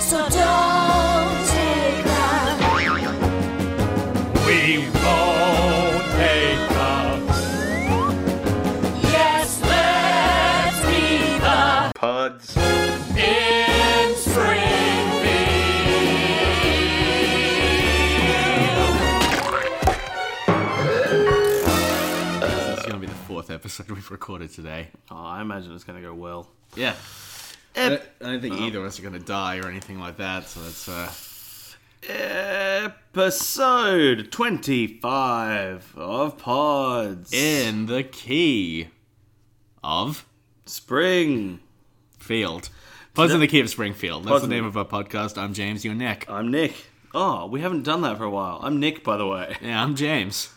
So don't take that. We won't take the Yes, let's be the Pods. in It's going to be the fourth episode we've recorded today. Oh, I imagine it's going to go well. Yeah. I don't, I don't think either of us are going to die or anything like that, so that's uh, Episode 25 of Pods. in the key of Spring. Field. Pods in the Key of Springfield. That's Pods the in name the- of our podcast. I'm James, you're Nick. I'm Nick. Oh, we haven't done that for a while. I'm Nick, by the way. Yeah, I'm James.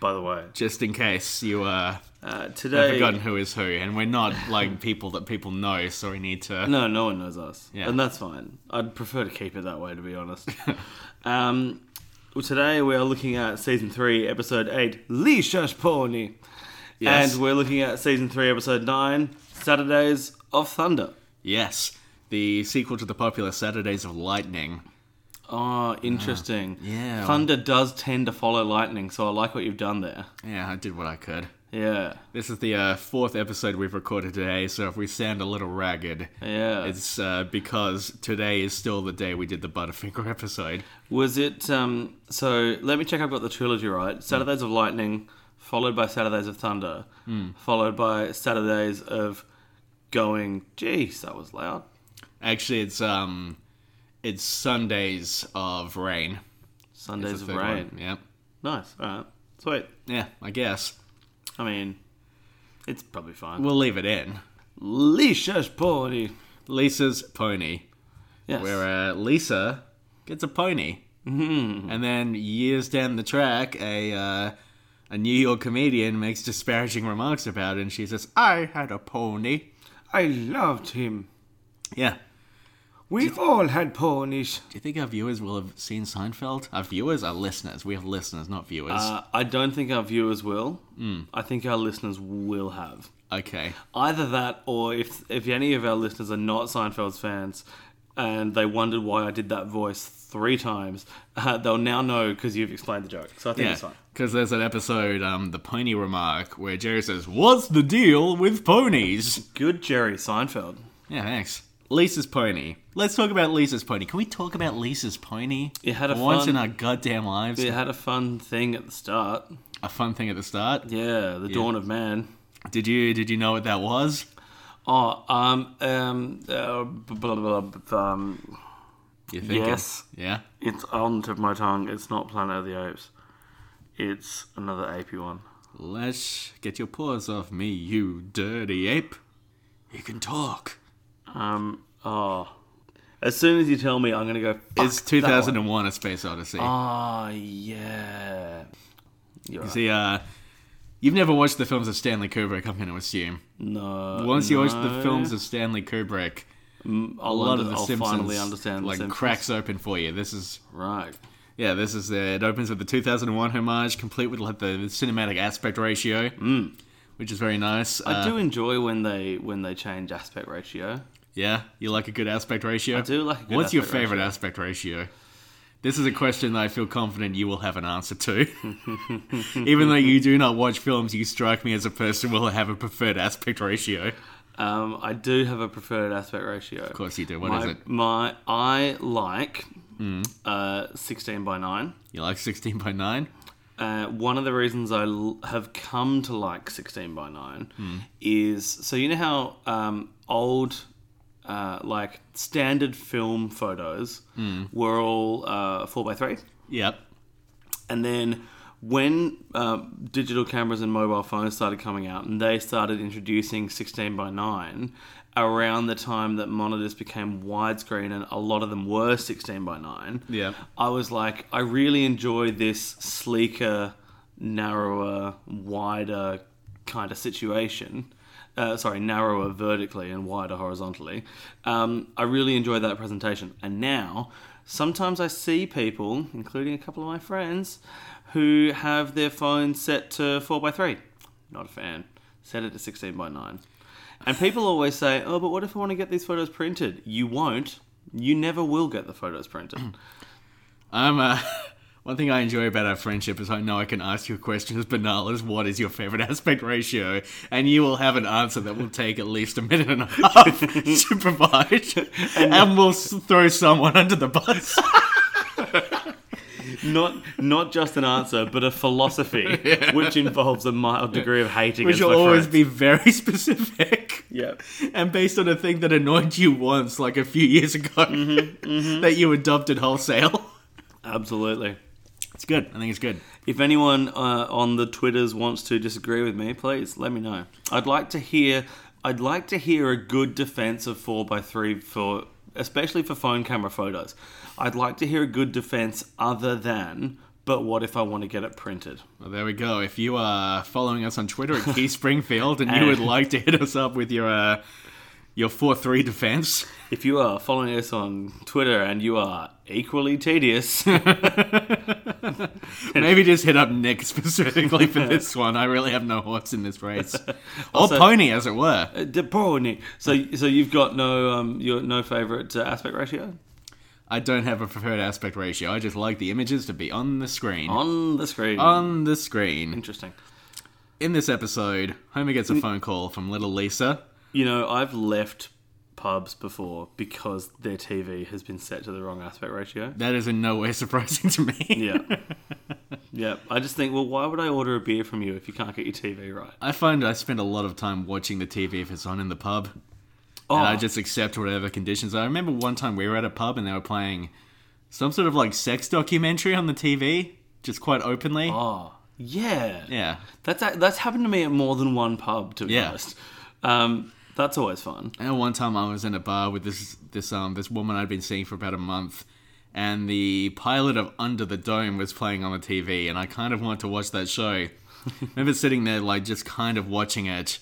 By the way. Just in case you uh, Uh, have today. forgotten who is who, and we're not like people that people know, so we need to. No, no one knows us. Yeah. And that's fine. I'd prefer to keep it that way, to be honest. um, well, today we are looking at season 3, episode 8, Li Shashponi. Yes. And we're looking at season 3, episode 9, Saturdays of Thunder. Yes, the sequel to the popular Saturdays of Lightning. Oh, interesting. Yeah. Thunder does tend to follow lightning, so I like what you've done there. Yeah, I did what I could. Yeah. This is the uh, fourth episode we've recorded today, so if we sound a little ragged, Yeah. it's uh, because today is still the day we did the Butterfinger episode. Was it um so let me check I've got the trilogy Mm. right. Saturdays of Lightning, followed by Saturdays of Thunder, Mm. followed by Saturdays of Going, jeez, that was loud. Actually, it's um, it's Sundays of Rain. Sundays It's of the Rain. third one. Yeah, Nice. All right. Sweet. yeah. I guess I mean, it's probably fine. we'll leave it in. Leisha's party. Lisa's pony, Yes. where uh, Lisa gets a pony, mm-hmm. and then years down the track, a uh, a New York comedian makes disparaging remarks about it, and she says, "I had a pony." I loved him. Yeah. We've all had ponies. Do you think our viewers will have seen Seinfeld? Our viewers are listeners. We have listeners, not viewers. Uh, I don't think our viewers will. I think our listeners will have okay. either that, or if if any of our listeners are not Seinfeld's fans and they wondered why I did that voice three times, uh, they'll now know because you've explained the joke. So I think Yeah. it's fine. Because there's an episode, um, the pony remark, where Jerry says, "What's the deal with ponies?" Good Jerry Seinfeld. Yeah, thanks. Lisa's pony. Let's talk about Lisa's pony. Can we talk about Lisa's pony? It had a For once fun- in our goddamn lives. It had a fun thing at the start. A fun thing at the start. Yeah, the dawn of man. Did you did you know what that was? Oh, um, um, uh, blah, blah, blah, blah, um, You thinking? Yes. Yeah. it's on the tip of my tongue. It's not Planet of the Apes. It's another apey one. Let's get your paws off me, you dirty ape. You can talk. Um. Oh. As soon as you tell me, I'm gonna go. Fuck It's 2001: A Space Odyssey. Ah, Oh yeah. You're right. See, uh, you've never watched the films of Stanley Kubrick, I'm going to assume. No. Once you watch the Uh, no. films of Stanley Kubrick, I'll a lot under- of the I'll Simpsons finally understand. like the Simpsons. cracks open for you. This is Right. yeah, this is the it opens with the 2001 homage, complete with like the cinematic aspect ratio, which is very nice. Mm. I Uh, do enjoy when they when they change aspect ratio. Yeah, you like a good aspect ratio. I do like a good What's your aspect favorite aspect ratio? This is a question that I feel confident you will have an answer to. Even though you do not watch films, you strike me as a person who will have a preferred aspect ratio. Um, I do have a preferred aspect ratio. Of course you do. What is my, it? Mm. My I like uh, sixteen by nine. You like 16 by 9? Uh, one of the reasons I l- have come to like 16 by 9 is so you know how um, old, uh, like standard film photos were all uh, 4 by 3 Yep. And then when uh, digital cameras and mobile phones started coming out and they started introducing 16 by 9 around the time that monitors became widescreen and a lot of them were 16 by 9 Yeah. I was like, I really enjoy this sleeker, narrower, wider kind of situation. Uh, sorry, narrower vertically and wider horizontally. Um, I really enjoy that presentation. And now, sometimes I see people, including a couple of my friends, who have their phone set to 4x3. Not a fan. Set it to 16 by 9. And people always say, oh, but what if I want to get these photos printed? You won't You never will get the photos printed. I'm uh, one thing I enjoy about our friendship is I know I can ask you a question as banal as what is your favorite aspect ratio, and you will have an answer that will take at least a minute and a half to provide, and, we'll s- throw someone under the bus. not not just an answer, but a philosophy, which involves a mild degree of hate Which against will my always friends. be very specific. Yeah. And based on a thing that annoyed you once, like a few years ago, that you adopted wholesale. Absolutely. It's good. I think it's good. If anyone uh, on the Twitters wants to disagree with me, please let me know. I'd like to hear. I'd like to hear a good defense of four x three for, especially for phone camera photos. I'd like to hear a good defense other than. But what if I want to get it printed? Well, there we go. If you are following us on Twitter at Key Springfield and you would like to hit us up with your uh, your four three defense, If you are following us on Twitter and you are equally tedious, maybe just hit up Nick specifically for this one. I really have no horse in this race, or Also- pony, as it were. De Bruyne. So, so you've got no, um, your no favorite uh, aspect ratio I don't have a preferred aspect ratio. I just like the images to be on the screen. on the screen. on the screen. Interesting. In this episode, Homer gets a Mm. phone call from little Lisa. You know, I've left pubs before because their TV has been set to the wrong aspect ratio. That is in no way surprising to me. Yeah. yeah. I just think, well, why would I order a beer from you if you can't get your TV right? I find I spend a lot of time watching the TV if it's on in the pub. Oh, and I just accept whatever conditions. I remember one time we were at a pub and they were playing some sort of like sex documentary on the TV, just quite openly. oh, yeah. Yeah, That's a- that's happened to me at more than one pub. To be Yeah. honest, um, that's always fun. and one time I was in a bar with this this um this woman I'd been seeing for about a month, and the pilot of Under the Dome was playing on the TV, and I kind of wanted to watch that show. I remember sitting there like just kind of watching it.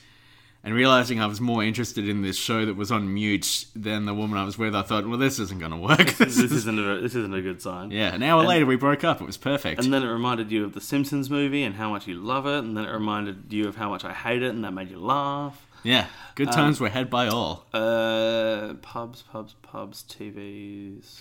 And realizing I was more interested in this show that was on mute than the woman I was with, I thought, well, this isn't going to work. This isn't a, this isn't a good sign. Yeah, an hour later we broke up. It was perfect. And then it reminded you of the Simpsons movie and how much you love it, and then it reminded you of how much I hate it, and that made you laugh. yeah, um, good times were had by all. Uh, pubs, pubs, pubs, TVs.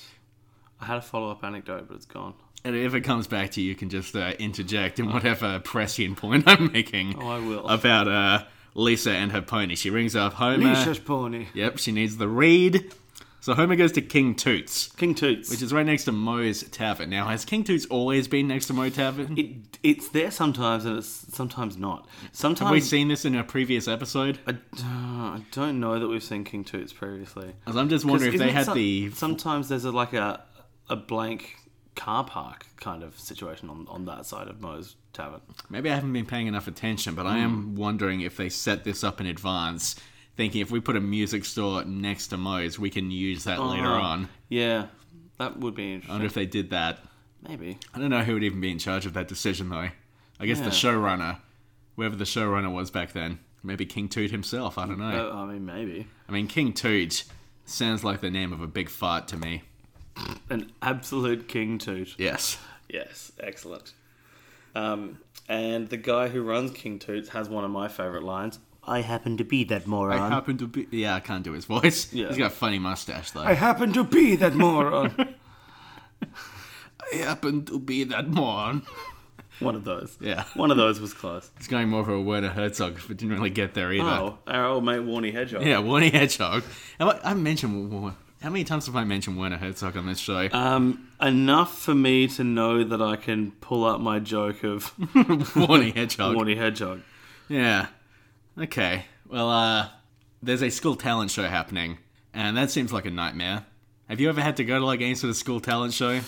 I had a follow up anecdote, but it's gone. And if it comes back to you, you can just uh, interject in whatever prescient point I'm making Oh, I will. about uh, Lisa and her pony. She rings up Homer. Leisha's Pony. Yep, she needs the reed. So Homer goes to King Toots, King Toots. which is right next to Moe's Tavern. Now, has King Toots always been next to Moe Tavern? it, it's there sometimes, and it's sometimes not. Sometimes Have we seen this in a previous episode? I, d- I don't know that we've seen King Toots previously. 'Cause I'm just wondering if Isn't they it had some- the Sometimes there's a, like a a blank car park kind of situation on, on that side of Moe's Tavern. Maybe I haven't been paying enough attention, but I Hmm. am wondering if they set this up in advance, thinking if we put a music store next to Moe's, we can use that later Uh-huh. on. Yeah, that would be I interesting. wonder if they did that. Maybe. I don't know who would even be in charge of that decision, though. I guess Yeah. the showrunner, whoever the showrunner was back then. Maybe King Toot himself, I don't know. Uh, I mean, maybe. I mean, King Toot sounds like the name of a big fart to me. An absolute king toot. Yes. Yes, excellent. Um, and the guy who runs King Toots has one of my favourite lines. I happen to be that moron. I happen to be. Yeah, I can't do his voice. Yeah. He's got a funny mustache, though. happen to be that moron. I happen to be that moron. one of those. Yeah. One of those was close. It's going more for a Werner Herzog, but didn't really get there either. Oh, our old mate Warnie Hedgehog. Yeah, Warnie Hedgehog. Have I, I mentioned Wa- Wa- how many times have I mentioned Werner Herzog on this show? Um, enough for me to know that I can pull up my joke of Warnie Hedgehog. Warnie Hedgehog. Yeah. Okay. Well, uh, there's a school talent show happening, and that seems like a nightmare. Have you ever had to go to like any sort of school talent show?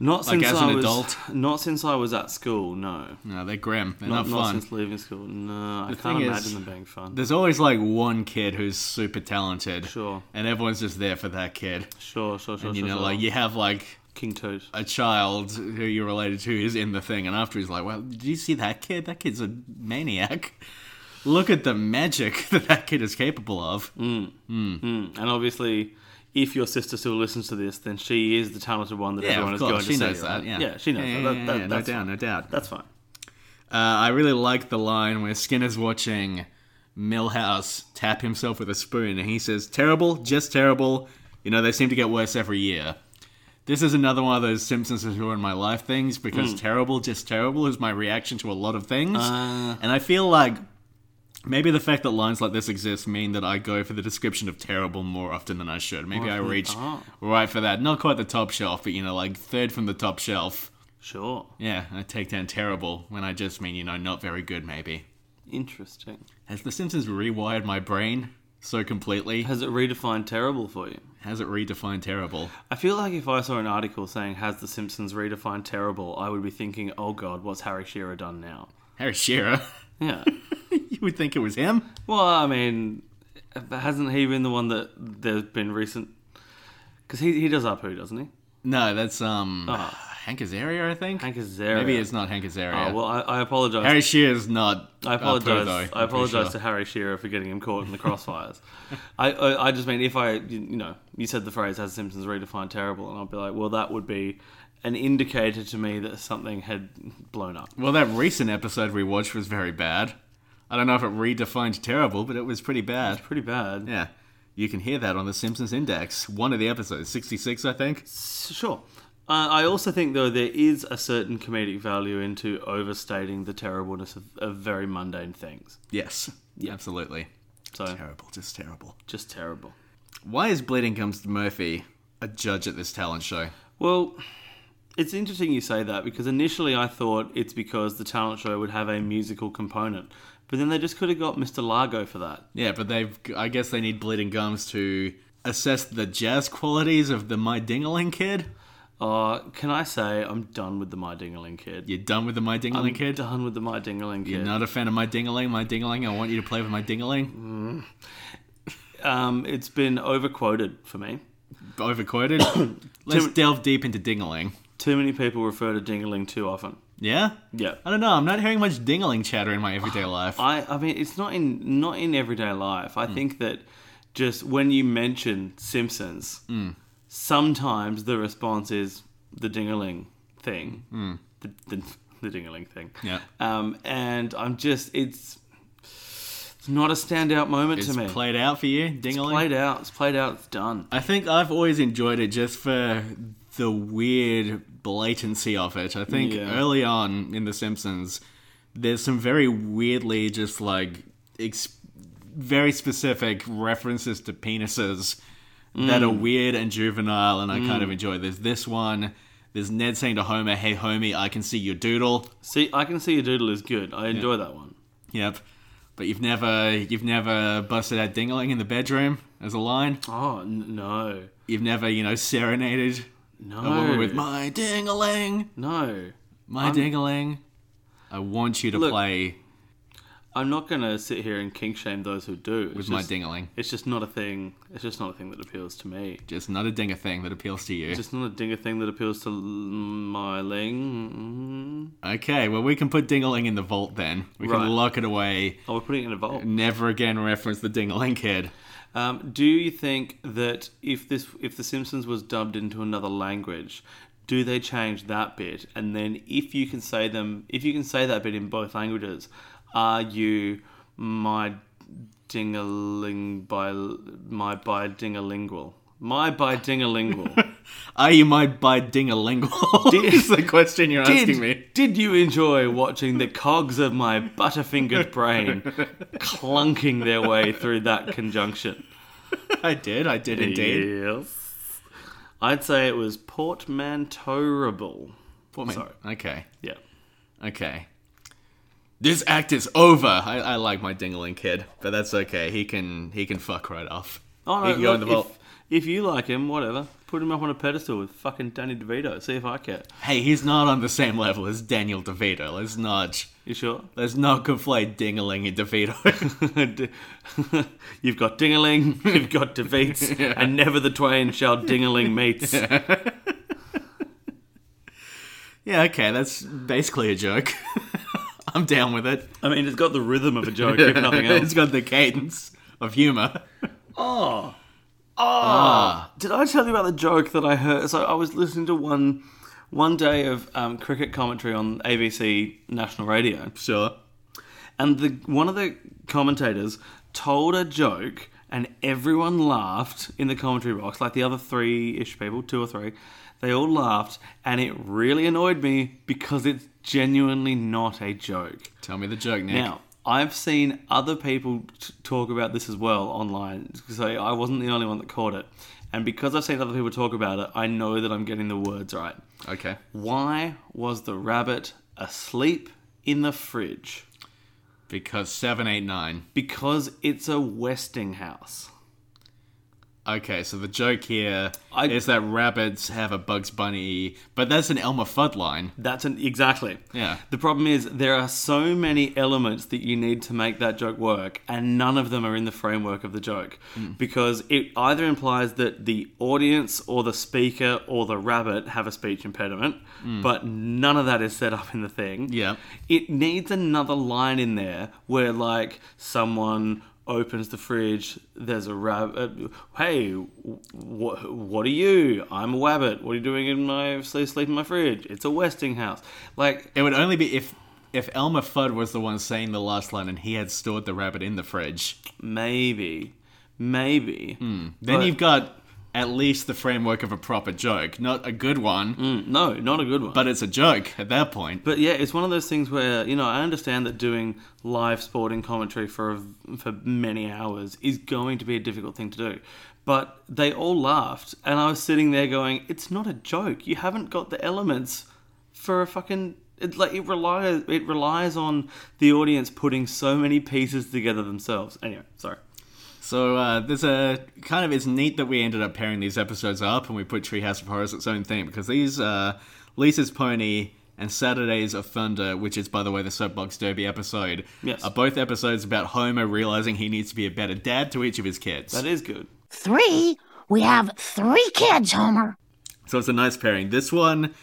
Not Like since as I an was, adult? Not since I was at school. No. No, they're grim. They're Not, not, not fun. since leaving school. No, I thing can't is- imagine them being fun. There's always like one kid who's super talented, Sure. and everyone's just there for that kid. Sure, sure, sure. And you sure, know, sure. like you have like King Toad. a child who you're related to is in the thing, and after he's like, "Well, did you see that kid? That kid's a maniac. Look at the magic that that kid is capable of." Mm, And obviously, if your sister still listens to this, then she is the talented one that yeah, everyone of is going course, to she see. knows that. right? Yeah, she knows Yeah, that. yeah, that, that yeah, that's, no doubt, fine. no doubt. Uh, that's fine. I really like the line where Skinner's watching Millhouse tap himself with a spoon, and he says, "Terrible, just terrible. You know, they seem to get worse every year. This is another one of those Simpsons has ruined my life things because Mm. terrible, just terrible is my reaction to a lot of things. Ah, and I feel like maybe the fact that lines like this exist mean that I go for the description of terrible more often than I should. Maybe I reach right for that. Not quite the top shelf, but you know, like third from the top shelf. Sure. Yeah, I take down terrible when I just mean, you know, not very good maybe. Interesting. Has The Simpsons rewired my brain so completely? Has it redefined terrible for you? Has it redefined terrible? I feel like if I saw an article saying "Has the Simpsons redefined terrible," I would be thinking, "Oh God, what's Harry Shearer done now?" Harry Shearer? Yeah. you would think it was him? well, I mean, hasn't he been the one that there's been recent? Because he he does up who doesn't he? No, that's um Oh. Hank Azaria, I think. Hank Azaria. Maybe it's not Hank Azaria. Oh well, I, I apologize. Harry Shearer's not. I uh, Pooh, apologize. though, I'm I pretty apologize sure. to Harry Shearer for getting him caught in the crossfires. I, I I just mean if I you you know you said the phrase "Has Simpsons redefined terrible," and I'll be like, well, that would be an indicator to me that something had blown up. Well, that recent episode we watched was very bad. I don't know if it redefined terrible, but it was pretty bad. Pretty bad. Yeah. You can hear that on the Simpsons Index, one of the episodes, 66, I think. S- Sure. Uh, I also think though there is a certain comedic value into overstating the terribleness of, of very mundane things. Yes. Absolutely. So Terrible, just terrible. just terrible. Why is Bleeding Comes to Murphy a judge at this talent show? Well, it's interesting you say that because initially I thought it's because the talent show would have a musical component, but then they just could have got Mr. Largo for that. Yeah, but they've. I guess they need Bleeding Gums to assess the jazz qualities of the My Dingaling Kid. Uh, can I say I'm done with the My Dingaling Kid? You're done with the My Dingaling I'm Kid? done with the My Dingaling Kid. You're not a fan of My Dingaling? My Dingaling, I want you to play with My Dingaling. um, it's been overquoted for me. Overquoted. Let's Tim- delve deep into Dingaling. Too many people refer to Dingaling too often. Yeah? Yeah. I don't know. I'm not hearing much Dingaling chatter in my everyday life. I, I mean, it's not in not in everyday life. Mm. I think that just when you mention Simpsons, Mm. sometimes the response is the dingaling thing, the, the the dingaling thing. Mm. Yeah. Um, and I'm just it's it's not a standout moment It's to me. played out for you, Dingaling? played out. It's played out. It's done. I think I've always enjoyed it just for the weird blatancy of it. I think Yeah. early on in The Simpsons, there's some very weirdly just like ex- very specific references to penises that are weird and juvenile, and I kind of enjoy. There's this one. There's Ned saying to Homer, "Hey Homie, I can see your doodle." See, I can see your doodle is good. I enjoy that one. Yep. But you've never you've never busted out dingling in the bedroom as a line. Oh n- no, You've never you know serenaded no, a woman with my ding-a-ling, no. my ding-a-ling. I want you to Look, play I'm not gonna sit here and kink shame those who do. with my ding-a-ling. It's just not a thing. It's just not a thing that appeals to me. Just not a ding a thing that appeals to you. It's just not a dinger thing that appeals to l- my ling. Mm-hmm. okay, well we can put ding-a-ling in the vault then. We Right. can lock it away. Oh, we're putting it in a vault. Never again reference the ding-a-ling kid. Um, do you think that if this, if The Simpsons was dubbed into another language, do they change that bit? And then if you can say them, if you can say that bit in both languages, are you my dingaling by my by dingalingual? My by dingalingual. Are Ah, you my by ding-a-lingual? Did- is the question you're asking me. Did you enjoy watching the cogs of my butterfingered brain clunking their way through that conjunction? I did, I did indeed. Yes. I'd say it was portmanteauable. What ma- Sorry. Okay, Yeah. okay. This act is over. I, I like my ding-a-ling kid, but that's okay. He can he can fuck right off. Oh, he no, can look, go in the vault. If, if you like him, whatever. Put him up on a pedestal with fucking Danny DeVito. See if I care. Hey, he's not on the same level as Daniel DeVito. Let's not You sure? let's not conflate Dingaling and DeVito. D- you've got Dingaling, you've got DeVeets, and never the twain shall Dingaling meets. yeah, okay, that's basically a joke. I'm down with it. I mean, it's got the rhythm of a joke, if nothing else. it's got the cadence of humor. Did I tell you about the joke that I heard? So I was listening to one one day of um, cricket commentary on ABC national radio, Sure. and the one of the commentators told a joke and everyone laughed in the commentary box, like the other three ish people, two or three. They all laughed, and it really annoyed me because it's genuinely not a joke. Tell me the joke, Nick. Now, I've seen other people t- talk about this as well online, so I wasn't the only one that caught it. And because I've seen other people talk about it, I know that I'm getting the words right. Okay. Why was the rabbit asleep in the fridge? Because 789. Because it's a Westinghouse. Okay, so the joke here is I- that rabbits have a Bugs Bunny, but that's an Elmer Fudd line. That's an exactly. Yeah. The problem is there are so many elements that you need to make that joke work, and none of them are in the framework of the joke because it either implies that the audience or the speaker or the rabbit have a speech impediment, but none of that is set up in the thing. Yeah. It needs another line in there where like someone opens the fridge there's a rabbit hey wh- what are you i'm a rabbit what are you doing in my sleep sleep in my fridge it's a westinghouse like It would only be if if Elmer Fudd was the one saying the last line and he had stored the rabbit in the fridge. Maybe. Maybe. Then But- you've got at least the framework of a proper joke, not a good one, Mm, No, not a good one. But, but it's a joke at that point. but yeah, it's one of those things where, you know, I understand that doing live sporting commentary for a- for many hours is going to be a difficult thing to do. But they all laughed and I was sitting there going, "It's not a joke. You haven't got the elements for a fucking it, like it relies it relies on the audience putting so many pieces together themselves." Anyway, sorry. So uh, there's a kind of it's neat that we ended up pairing these episodes up and we put Treehouse of Horror as its own thing because these uh, Lisa's Pony and Saturdays of Thunder, which is by the way the Soapbox Derby episode, Yes. are both episodes about Homer realizing he needs to be a better dad to each of his kids. That is good. Three? We have three kids, Homer. So it's a nice pairing. This one,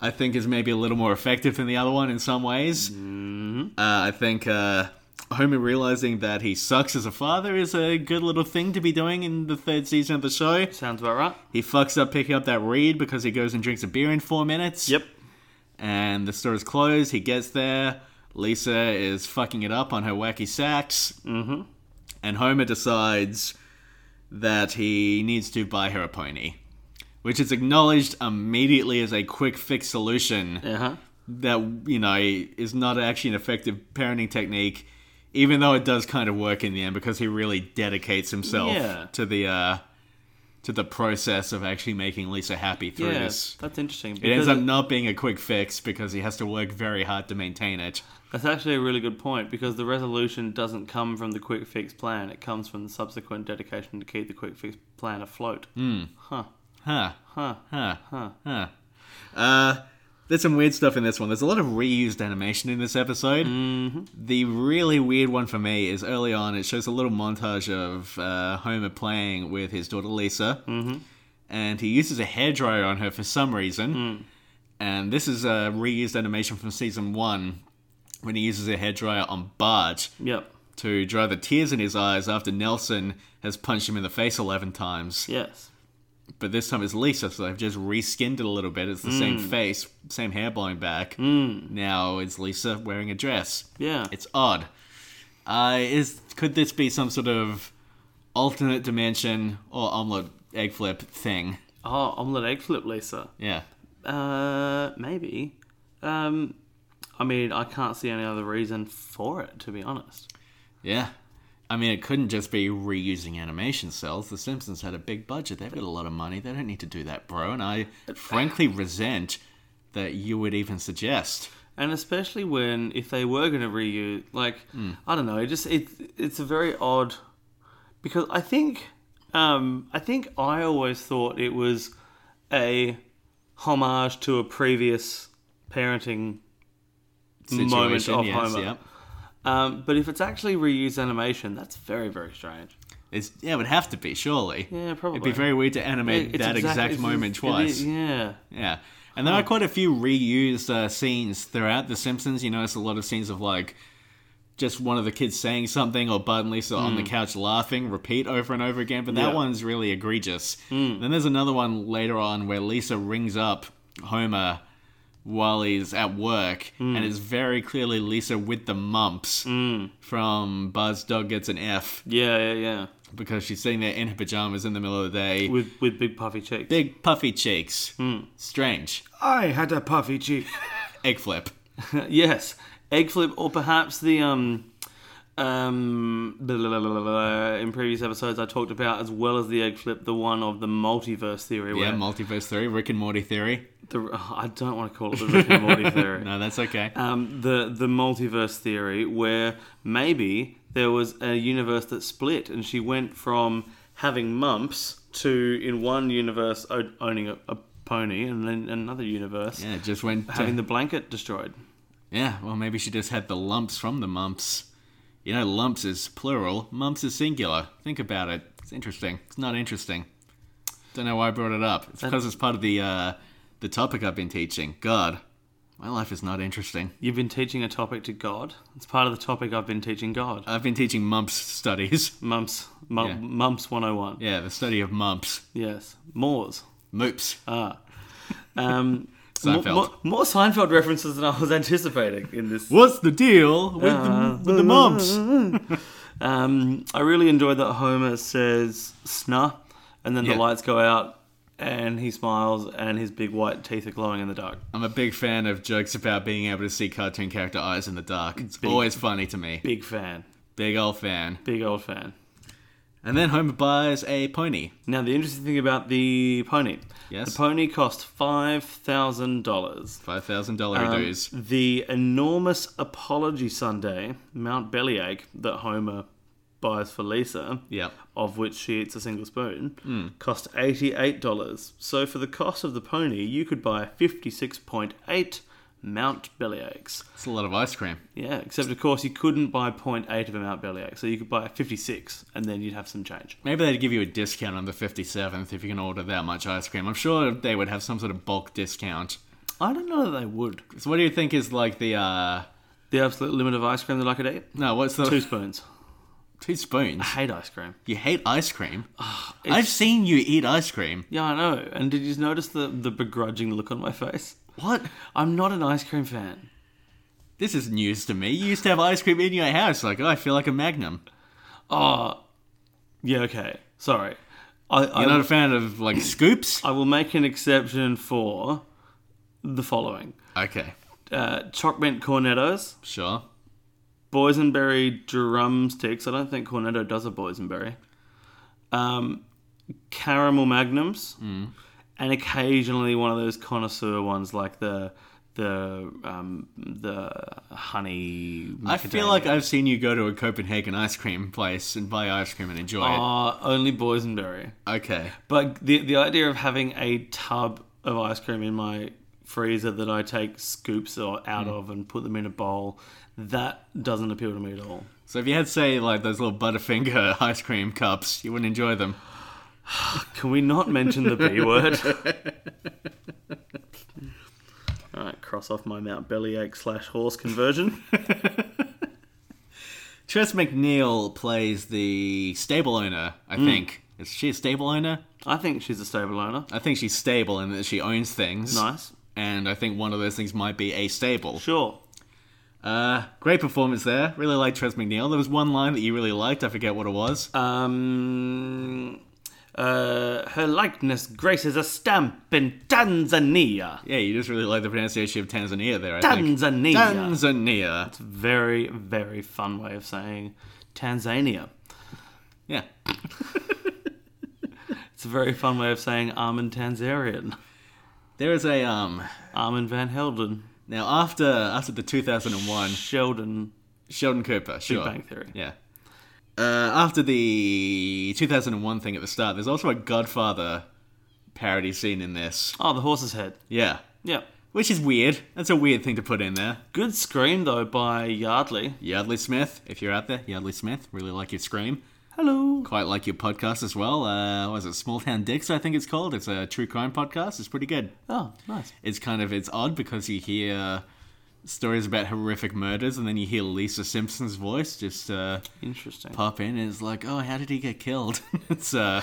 I think, is maybe a little more effective than the other one in some ways. Uh, I think uh, Homer realizing that he sucks as a father is a good little thing to be doing in the third season of the show. Sounds about right. He fucks up picking up that reed because he goes and drinks a beer in four minutes. And the store is closed. He gets there. Lisa is fucking it up on her wacky sax. Mm-hmm. And Homer decides that he needs to buy her a pony, which is acknowledged immediately as a quick fix solution Uh-huh. that, you know, is not actually an effective parenting technique, even though it does kind of work in the end because he really dedicates himself Yeah. to the. Uh, to the process of actually making Lisa happy through Yeah, this. that's interesting. It ends because up not being a quick fix because he has to work very hard to maintain it. That's actually a really good point because the resolution doesn't come from the quick fix plan. It comes from the subsequent dedication to keep the quick fix plan afloat. Huh. Huh. Huh. Huh. Huh. Huh. Uh, there's some weird stuff in this one. There's a lot of reused animation in this episode. The really weird one for me is early on, it shows a little montage of uh, Homer playing with his daughter Lisa. Mm-hmm. And he uses a hairdryer on her for some reason. And this is a reused animation from season one when he uses a hairdryer on Bart. Yep. to dry the tears in his eyes after Nelson has punched him in the face 11 times. Yes. But this time it's Lisa, so they've just reskinned it a little bit. It's the same face, same hair blowing back. Now it's Lisa wearing a dress. Yeah. It's odd. Uh, is Could this be some sort of alternate dimension or omelette egg flip thing? oh, omelette egg flip, Lisa. Yeah. Uh, maybe. Um, I mean, I can't see any other reason for it, to be honest. Yeah. I mean, it couldn't just be reusing animation cells. The Simpsons had a big budget. They've got a lot of money. They don't need to do that, bro. And I uh, frankly resent that you would even suggest. and especially when if they were going to reuse like Hmm. i don't know it just it, it's a very odd because i think um i think i always thought it was a homage to a previous parenting moment Situation, of yes, homer yep. um, but if it's actually reused animation that's very very strange It's, yeah, it would have to be, surely. Yeah, It'd be probably. very weird to animate It- it's that exact, it's- moment it twice. is- yeah Yeah. And there are quite a few reused uh, scenes throughout The Simpsons. You notice a lot of scenes of like just one of the kids saying something or Bart and Lisa on the couch laughing, repeat over and over again. But that Yeah. one's really egregious. Then there's another one later on where Lisa rings up Homer while he's at work, and it's very clearly Lisa with the mumps from Buzz Dog Gets an F Yeah, yeah, yeah. because she's sitting there in her pajamas in the middle of the day. With with big puffy cheeks. Big puffy cheeks. Hmm. Strange. I had a puffy cheek. Egg flip. yes, egg flip, or perhaps the um. Um, blah, blah, blah, blah, blah, in previous episodes, I talked about as well as the egg flip, the one of the multiverse theory. Yeah, Where multiverse theory, Rick and Morty theory. the, I don't want to call it the Rick and Morty theory. No, that's okay. um, the the multiverse theory, where maybe there was a universe that split, and she went from having mumps to in one universe o- owning a, a pony, and then another universe yeah, it just went. to- having the blanket destroyed. yeah, well, maybe she just had the lumps from the mumps. You know, lumps is plural, mumps is singular. Think about it. It's interesting. It's not interesting. Don't know why I brought it up. It's because it's part of the uh, the topic I've been teaching. God, my life is not interesting. You've been teaching a topic to God. It's part of the topic I've been teaching God. Uh, I've been teaching mumps studies. mumps, mum, yeah. mumps 101. Yeah, the study of mumps. Yes, Moors. Moops. Um, Seinfeld. More, more Seinfeld references than I was anticipating in this What's the deal with, the, with the mumps? Um, I really enjoyed that Homer says "snuh," and then Yeah. the lights go out, and he smiles, and his big white teeth are glowing in the dark. I'm a big fan of jokes about being able to see cartoon character eyes in the dark. It's Big- always funny to me. Big fan, Big old fan. big old fan. And then Homer buys a pony. Now the interesting thing about the pony, Yes. the pony cost five thousand dollars. Five thousand dollar dues. The enormous apology Sunday, Mount Bellyache, that Homer buys for Lisa, Yep. of which she eats a single spoon, cost $88. So for the cost of the pony, you could buy 56.8 Mount Bellyaches. It's a lot of ice cream. Yeah, except of course you couldn't buy 0.8 of a Mount Bellyache. So you could buy 56 and then you'd have some change. Maybe they'd give you a discount on the fifty seventh if you can order that much ice cream. I'm sure they would have some sort of bulk discount. I don't know that they would. So what do you think is like the uh The absolute limit of ice cream that I could eat? no, what's the Two spoons. two spoons? I hate ice cream. You hate ice cream? I've It's- seen you eat ice cream. Yeah, I know. And did you notice the, the begrudging look on my face? What? I'm not an ice cream fan. This is news to me. You used to have ice cream in your house. Like, oh, I feel like a magnum. Oh, yeah, okay. Sorry. I, I, You're not a fan of like scoops? I will make an exception for the following Okay, uh, Chocmint Cornettos, sure. Boysenberry Drumsticks. I don't think Cornetto does a Boysenberry. Um, caramel Magnums, and occasionally one of those connoisseur ones like the. The um, the honey. I feel macadamia. like I've seen you go to a Copenhagen ice cream place and buy ice cream and enjoy Ah, only boysenberry. it. Okay. But the the idea of having a tub of ice cream in my freezer that I take scoops or out of and put them in a bowl, that doesn't appeal to me at all. So if you had, say, like those little Butterfinger ice cream cups, you wouldn't enjoy them. Can we not mention the B word? all right, cross off my Mount Bellyache slash horse conversion. Tress McNeil plays the stable owner, I think. Is she a stable owner? I think she's a stable owner. I think she's stable in that she owns things. Nice. And I think one of those things might be a stable. Sure. Uh, great performance there. Really liked Tress McNeil. There was one line that you really liked. I forget what it was. Uh, Um, uh, her likeness graces a stamp in Tanzania. yeah, you just really liked the pronunciation of Tanzania there, I think. Tanzania. Tanzania. very very fun way of saying Tanzania. Yeah. It's a very fun way of saying Armin Tanzarian. There is a um Armin Van Helden, now after after the 2001 Sheldon, Sheldon Cooper, sure. Bang Theory. Yeah. Uh, after the 2001 thing at the start, there's also a Godfather parody scene in this. Oh, the horse's head. Yeah. Yeah. Which is weird. That's a weird thing to put in there. Good scream though by Yardley. Yardley Smith, if you're out there, Yardley Smith, really like your scream. Hello. Quite like your podcast as well. Uh, what is it? Small Town Dicks, I think it's called. It's a true crime podcast. It's pretty good. Oh, nice. it's kind of it's odd because you hear stories about horrific murders and then you hear Lisa Simpson's voice just uh, Interesting. pop in and it's like, oh, how did he get killed? it's uh,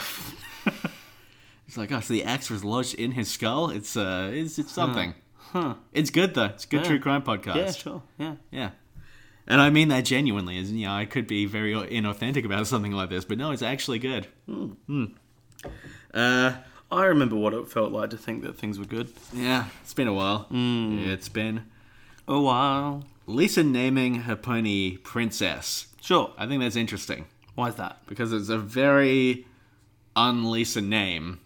it's like, oh, so the axe was lodged in his skull. It's uh, it's, it's something. It's good though. It's a good Yeah. true crime podcast. Yeah, sure. Yeah. Yeah. And I mean that genuinely, as in, you know, I could be very inauthentic about something like this, but no, it's actually good. I remember what it felt like to think that things were good. Yeah, Mm. it's been a while. It's been A while. Lisa naming her pony Princess. Sure. I think that's interesting Why is that? because it's a very un-Lisa name,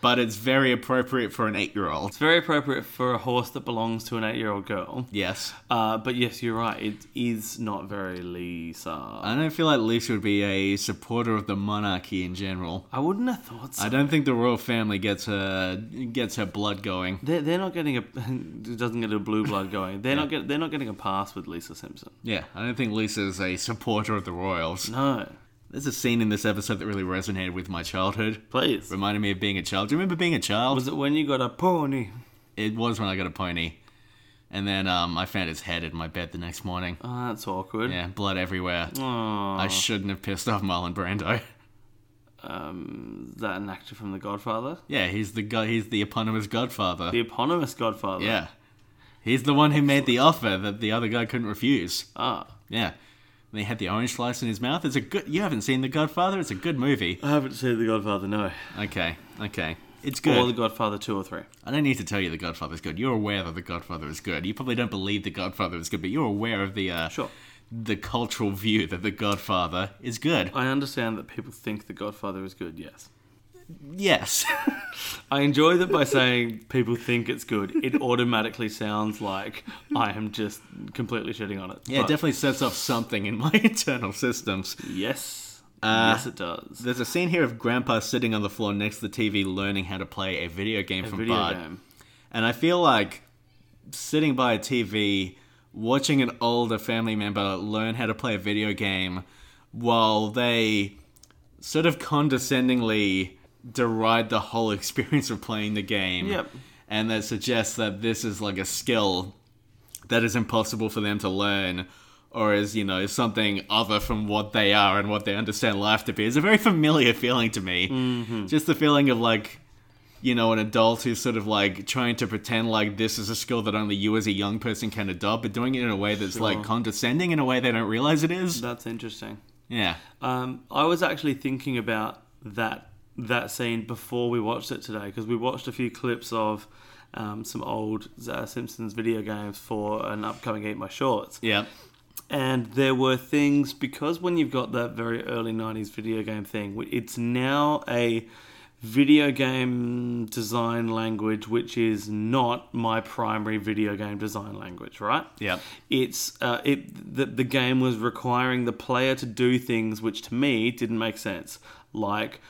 but it's very appropriate for an eight-year-old. It's very appropriate for a horse that belongs to an eight-year-old girl. Yes, Uh, but yes, you're right. It is not very Lisa. I don't feel like Lisa would be a supporter of the monarchy in general. I wouldn't have thought so. I don't think the royal family gets her gets her blood going. They're, they're not getting a doesn't get a blue blood going. They're not get, they're not getting a pass with Lisa Simpson. Yeah, I don't think Lisa's a supporter of the royals. No, There's a scene in this episode that really resonated with my childhood. please. Reminded me of being a child. Do you remember being a child? Was it when you got a pony? it was when I got a pony. And then um, I found his head in my bed the next morning. Oh, that's awkward. Oh, Yeah, blood everywhere. Aw, I shouldn't have pissed off Marlon Brando. um, is that an actor from The Godfather? Yeah, he's the go- he's the eponymous Godfather. The eponymous Godfather. Yeah, he's the one who made the offer that the other guy couldn't refuse. Ah, Yeah, and he had the orange slice in his mouth. It's a good. You haven't seen The Godfather? It's a good movie. I haven't seen The Godfather. No. Okay, okay, it's good. Or The Godfather two or three. I don't need to tell you The Godfather's good. You're aware that The Godfather is good. You probably don't believe The Godfather is good, but you're aware of the uh, Sure. the cultural view that The Godfather is good. I understand that people think The Godfather is good. Yes. yes. uh, I enjoy that by saying people think it's good. It automatically sounds like I am just completely shitting on it. yeah, it But definitely sets off something in my internal systems. Uh, Yes. yes, it does. There's a scene here of Grandpa sitting on the floor next to the TV learning how to play a video game from Video Bard. game. And I feel like sitting by a TV, watching an older family member learn how to play a video game while they sort of condescendingly deride the whole experience of playing the game. Yep. And that suggests that this is like a skill that is impossible for them to learn. Or is, you know, something other from what they are and what they understand life to be. It's a very familiar feeling to me. Just the feeling of like you know, an adult who's sort of like trying to pretend like this is a skill that only you as a young person can adopt, but doing it in a way that's like condescending in a way they don't realize it is. That's interesting. yeah. Um, I was actually thinking about that that scene before we watched it today because we watched a few clips of um, some old uh, Simpsons video games for an upcoming Eat My Shorts. Yeah. and there were things because when you've got that very early 90s video game thing wh- it's now a video game design language which is not my primary video game design language right Yep. it's uh, it the, the game was requiring the player to do things which to me didn't make sense like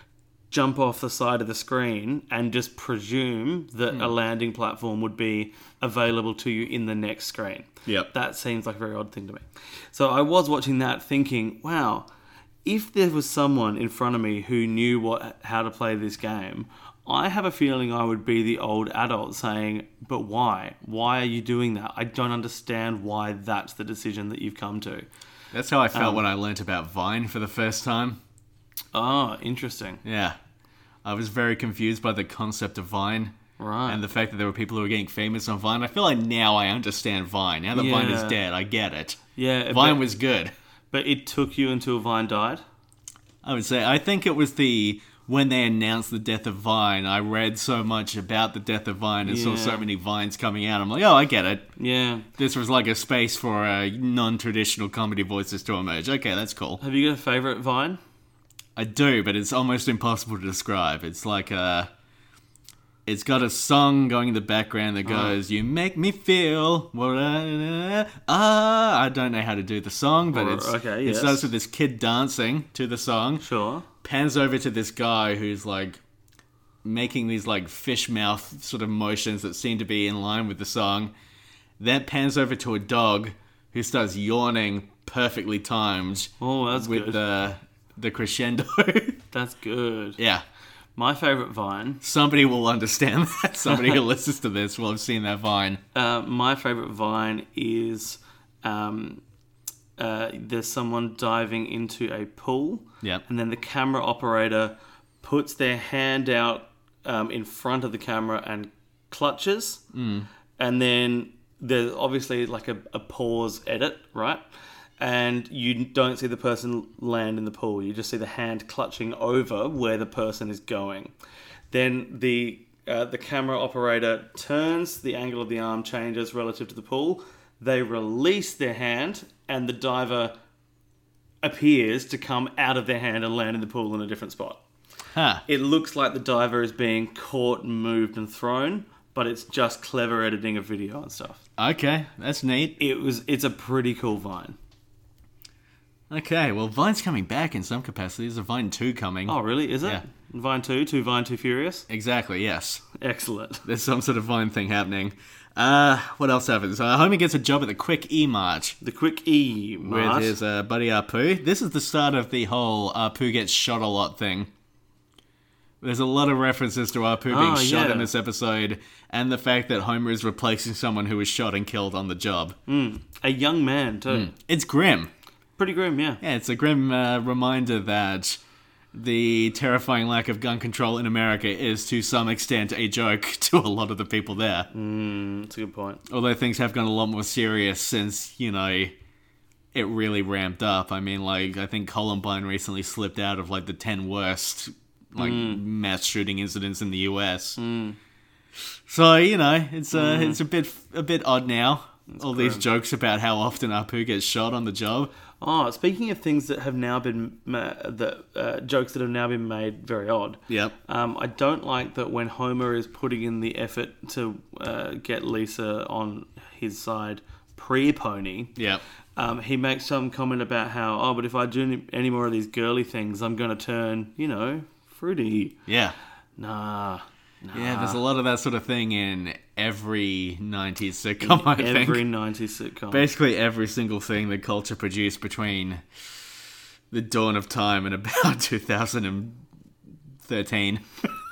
jump off the side of the screen and just presume that Hmm. a landing platform would be available to you in the next screen Yep. that seems like a very odd thing to me. So I was watching that thinking, wow, if there was someone in front of me who knew what how to play this game, I have a feeling I would be the old adult saying, but why? Why are you doing that? I don't understand why that's the decision that you've come to. That's how I felt when I learnt about Vine for the first time. Oh, interesting. Yeah. I was very confused by the concept of Vine. Right. And the fact that there were people who were getting famous on Vine. I feel like now I understand Vine. Now that Vine is Yeah. dead, I get it. yeah, Vine but, was good. but it took you until Vine died. I would say I think it was the when they announced the death of Vine. I read so much about the death of Vine and saw Yeah. so many vines coming out. I'm like, oh, I get it. Yeah. This was like a space for uh, non-traditional comedy voices to emerge. Okay, that's cool. Have you got a favorite Vine? I do, but it's almost impossible to describe. It's like a, it's got a song going in the background that Uh-huh. goes, "You make me feel." what I- Ah, I don't know how to do the song, but Or- it's okay, it yes. starts with this kid dancing to the song. Sure. pans over to this guy who's like making these like fish mouth sort of motions that seem to be in line with the song. Then pans over to a dog who starts yawning perfectly timed Oh, that's with good. the the crescendo. That's good. yeah. My favorite Vine Somebody will understand that. Somebody who listens to this will have seen that vine. Uh, my favorite vine is um, uh, there's someone diving into a pool, Yep. and then the camera operator puts their hand out um, in front of the camera and clutches, and then there's obviously like a, a pause edit, right? And you don't see the person land in the pool. You just see the hand clutching over where the person is going. Then the uh, the camera operator turns, the angle of the arm changes relative to the pool. They release their hand, and the diver appears to come out of their hand and land in the pool in a different spot. Huh. It looks like the diver is being caught, moved, and thrown, but it's just clever editing of video and stuff. Okay, that's neat. It was it's a pretty cool vine. Okay, well, Vine's coming back in some capacity. There's a Vine 2 coming. Oh really? Is it? Yeah. Vine two, two Vine two Furious? Exactly, yes. Excellent. There's some sort of Vine thing happening. Uh, what else happens? Uh, Homer gets a job at the Quick E Mart The quick E with Mart. his uh, buddy Apu. This is the start of the whole Apu gets shot a lot thing. There's a lot of references to Apu being Oh, shot yeah. in this episode, and the fact that Homer is replacing someone who was shot and killed on the job. a young man too. It's grim. Pretty grim, yeah. Yeah, it's a grim uh, reminder that the terrifying lack of gun control in America is to some extent a joke to a lot of the people there. That's a good point. Although things have gone a lot more serious since, you know, it really ramped up. I mean, like, I think Columbine recently slipped out of, like, the 10 worst, like, Mm. mass shooting incidents in the US. So, you know, it's, uh, Mm. it's a bit a bit odd now. All these jokes about how often Apu gets shot on the job. Oh, speaking of things that have now been ma- that uh, jokes that have now been made very odd. Yep. Um, I don't like that when Homer is putting in the effort to uh, get Lisa on his side pre pony. Yep. Um, he makes some comment about how, oh, but if I do any- any more of these girly things, I'm going to turn, you know, fruity. Yeah. Nah. Yeah, there's a lot of that sort of thing in every 90s sitcom, I think. Every 90s sitcom. Basically, every single thing that culture produced between the dawn of time and about 2013.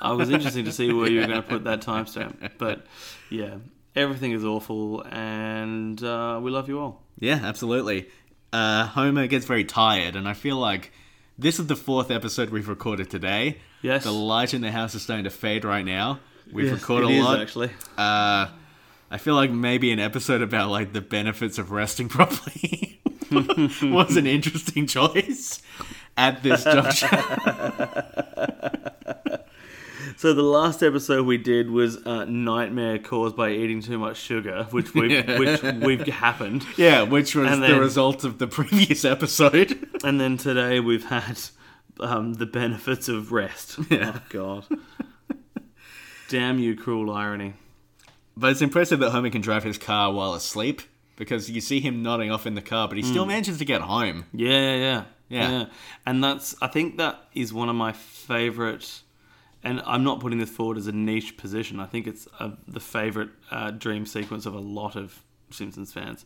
I was interested to see where you were going to put that timestamp. But yeah, everything is awful, and uh, we love you all. yeah, absolutely. Uh, Homer gets very tired, and I feel like this is the fourth episode we've recorded today. Yes. The light in the house is starting to fade right now. We've recorded It a is, lot. actually. Uh, I feel like maybe an episode about like the benefits of resting properly was an interesting choice at this juncture. So the last episode we did was uh, nightmare caused by eating too much sugar, which we Yeah. have which we've happened, yeah, which was And the then- result of the previous episode. and then today we've had um, the benefits of rest. Oh God, damn you, cruel irony. but it's impressive that Homer can drive his car while asleep because you see him nodding off in the car, but he still manages to get home. Yeah, yeah, yeah, Yeah. And that's I think that is one of my favorite. And I'm not putting this forward as a niche position. I think it's uh the favorite uh, dream sequence of a lot of Simpsons fans.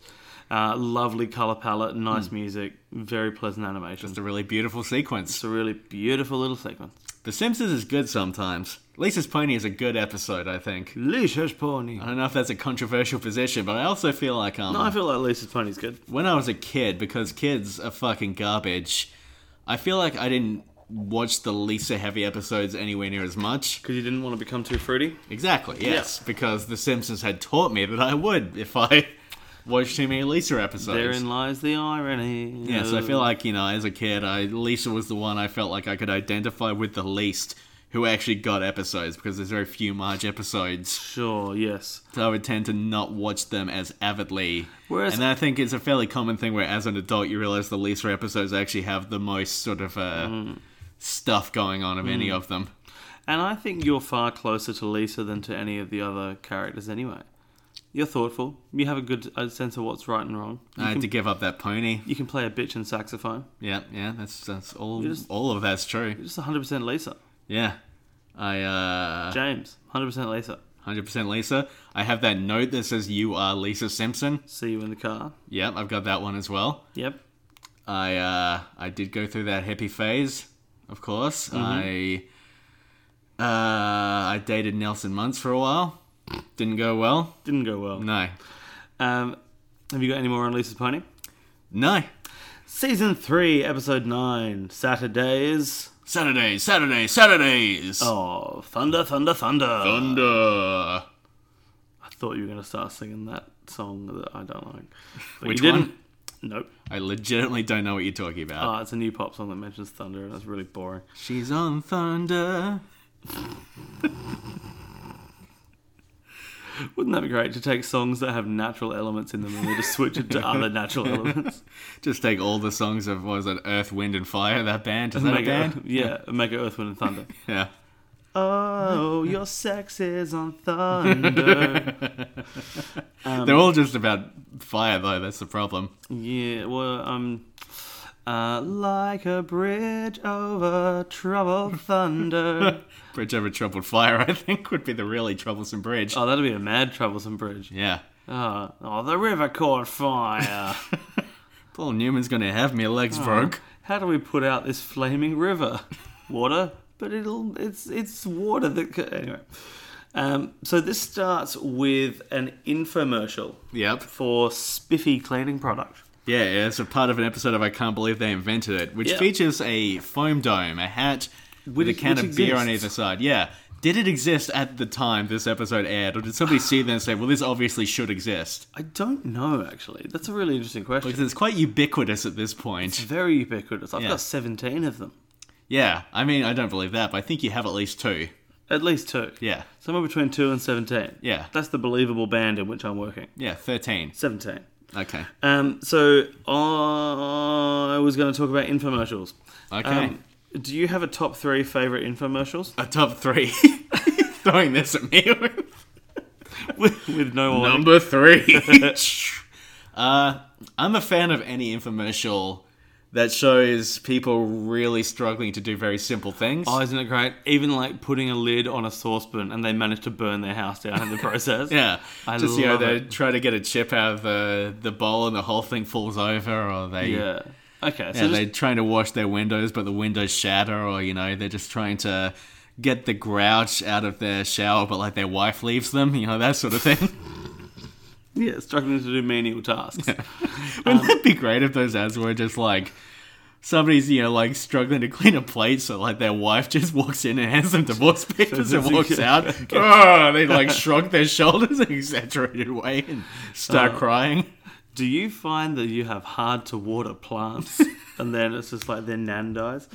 Uh, lovely color palette, nice music, very pleasant animation. It's Hmm. a really beautiful sequence. It's a really beautiful little sequence. The Simpsons is good sometimes. Lisa's Pony is a good episode, I think. Lisa's pony. I don't know if that's a controversial position, but I also feel like um, No, I feel like Lisa's pony's good. when I was a kid, because kids are fucking garbage, I feel like I didn't watch the Lisa heavy episodes anywhere near as much. Because you didn't want to become too fruity. Exactly, yes, because The Simpsons had taught me that I would if I watched too many Lisa episodes. Therein lies the irony. yeah, so I feel like, you know, as a kid, I Lisa was the one I felt like I could identify with the least who actually got episodes because there's very few Marge episodes. Sure, yes. So I would tend to not watch them as avidly. Whereas- and I think it's a fairly common thing where, as an adult, you realize the Lisa episodes actually have the most sort of uh, Mm. stuff going on of any of them. And I think you're far closer to Lisa than to any of the other characters anyway. You're thoughtful. You have a good uh, sense of what's right and wrong. You, I had can, to give up that pony. you can play a bitch and saxophone. Yeah, yeah, that's that's all. Just- all of that's true. You're just 100% Lisa. Yeah, I uh, James, 100% Lisa. hundred percent Lisa. I have that note that says you are Lisa Simpson. See you in the car. Yep, I've got that one as well. Yep. I uh, I did go through that hippie phase, of course. I uh, I dated Nelson Muntz for a while. Didn't go well. Didn't go well. No, Um, have you got any more on Lisa's pony? no. Season 3, Episode 9, Saturdays. Saturdays, Saturdays, Saturdays. Oh, Thunder, Thunder, Thunder. Thunder. I thought you were going to start singing that song that I don't like. But Which you didn't. one? Nope. I legitimately don't know what you're talking about. Ah, it's a new pop song that mentions thunder, and that's really boring. She's on thunder. Wouldn't that be great to take songs that have natural elements in them and then just switch it to other natural elements? Just take all the songs of what was it, Earth, Wind, and Fire? That band is that a Make band? it, yeah, make it Earth, Wind, and Thunder. Yeah. Oh, your sex is on thunder. Um, They're all just about fire though. That's the problem. yeah, well, um, uh, like a bridge over troubled thunder. Bridge over troubled fire, I think, would be the really troublesome bridge. oh, that'd be a mad troublesome bridge. Yeah. Oh, oh, the river caught fire. Paul Newman's gonna have me Oh. legs broke. How do we put out this flaming river? Water, but it'll it's it's water that c- anyway. Um, so this starts with an infomercial Yep. for Spiffy cleaning product. Yeah, it's a part of an episode of I Can't Believe They Invented It, which Yeah. features a foam dome, a hat, with a Which- can which of beer on exists. either side. Yeah. Did it exist at the time this episode aired, or did somebody see that and say, well, this obviously should exist? I don't know actually. That's a really interesting question. Because it's quite ubiquitous at this point. very ubiquitous. I've Yeah. got 17 of them. Yeah, I mean, I don't believe that, but I think you have at least two. At least two. Yeah. Somewhere between 2 and 17. Yeah. That's the believable band in which I'm working. Yeah, 13. 17. Okay. Um, so I was going to talk about infomercials. Okay. Um, do you have a top three favorite infomercials a top three. Throwing this at me. with, with no warning? Number three. uh, I'm a fan of any infomercial that shows people really struggling to do very simple things. Oh, isn't it great? Even like putting a lid on a saucepan, and they manage to burn their house down in the process. yeah, I just you know love they it. try to get a chip out of the, the bowl and the whole thing falls over, or they yeah. Okay, so Yeah, just- they're trying to wash their windows, but the windows shatter, or you know, they're just trying to get the grouch out of their shower, but like their wife leaves them, you know, that sort of thing. yeah, struggling to do menial tasks. Wouldn't Um, that be great if those ads were just like somebody's, you know, like struggling to clean a plate, so like their wife just walks in and hands them divorce papers and walks out. Oh, they like shrug their shoulders in an exaggerated way and start Uh, crying. Do you find that you have hard to water plants, and then it's just like their nan dies?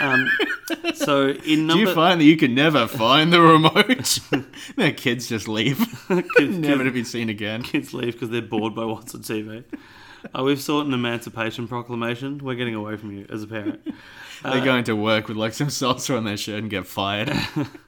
Um, so in Do number, you find that you can never find the remote? their kids just leave, kids, never to be seen again. kids leave because they're bored by what's on TV. Uh, we've sought an emancipation proclamation. We're getting away from you as a parent. Uh, They're going to work with like some salsa on their shirt and get fired.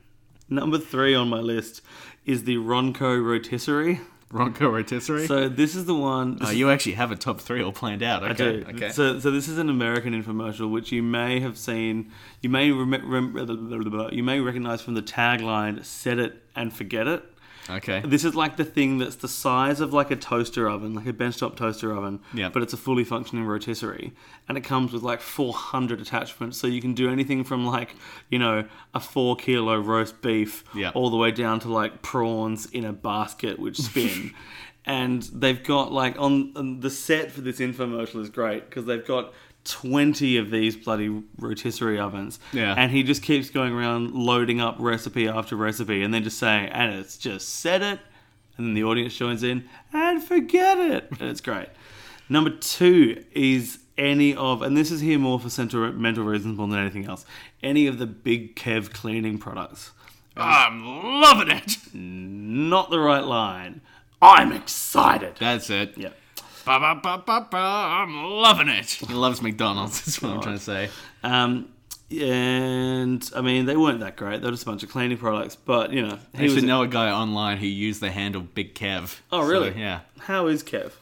Number three on my list is the Ronco rotisserie. Ronco rotisserie. So this is the one. oh, this you actually have a top three all planned out. I Okay. do. Okay. So, so this is an American infomercial which you may have seen. You may rem- rem- you may recognize from the tagline "Set it and forget it." okay. This is like the thing that's the size of like a toaster oven, like a benchtop toaster oven, Yeah. but it's a fully functioning rotisserie, and it comes with like 400 attachments, so you can do anything from like you know a four kilo roast beef, Yeah. all the way down to like prawns in a basket which spin. And they've got like on on the set for this infomercial is great because they've got twenty of these bloody rotisserie ovens, Yeah. and he just keeps going around loading up recipe after recipe and then just saying, and it's just set it. And then the audience joins in and forget it. And it's great. Number two is any of, and this is here more for sentimental reasons more than anything else, any of the big Kev cleaning products. I'm loving it. Not the right line. I'm excited. That's it. Yeah. Ba, ba, ba, ba, ba, I'm loving it. Oh. He loves McDonald's. That's what I'm trying to say. Um, and I mean, they weren't that great. They were just a bunch of cleaning products, but you know, he I should was. know a guy online who used the handle Big Kev. Oh, So, really? yeah. How is Kev?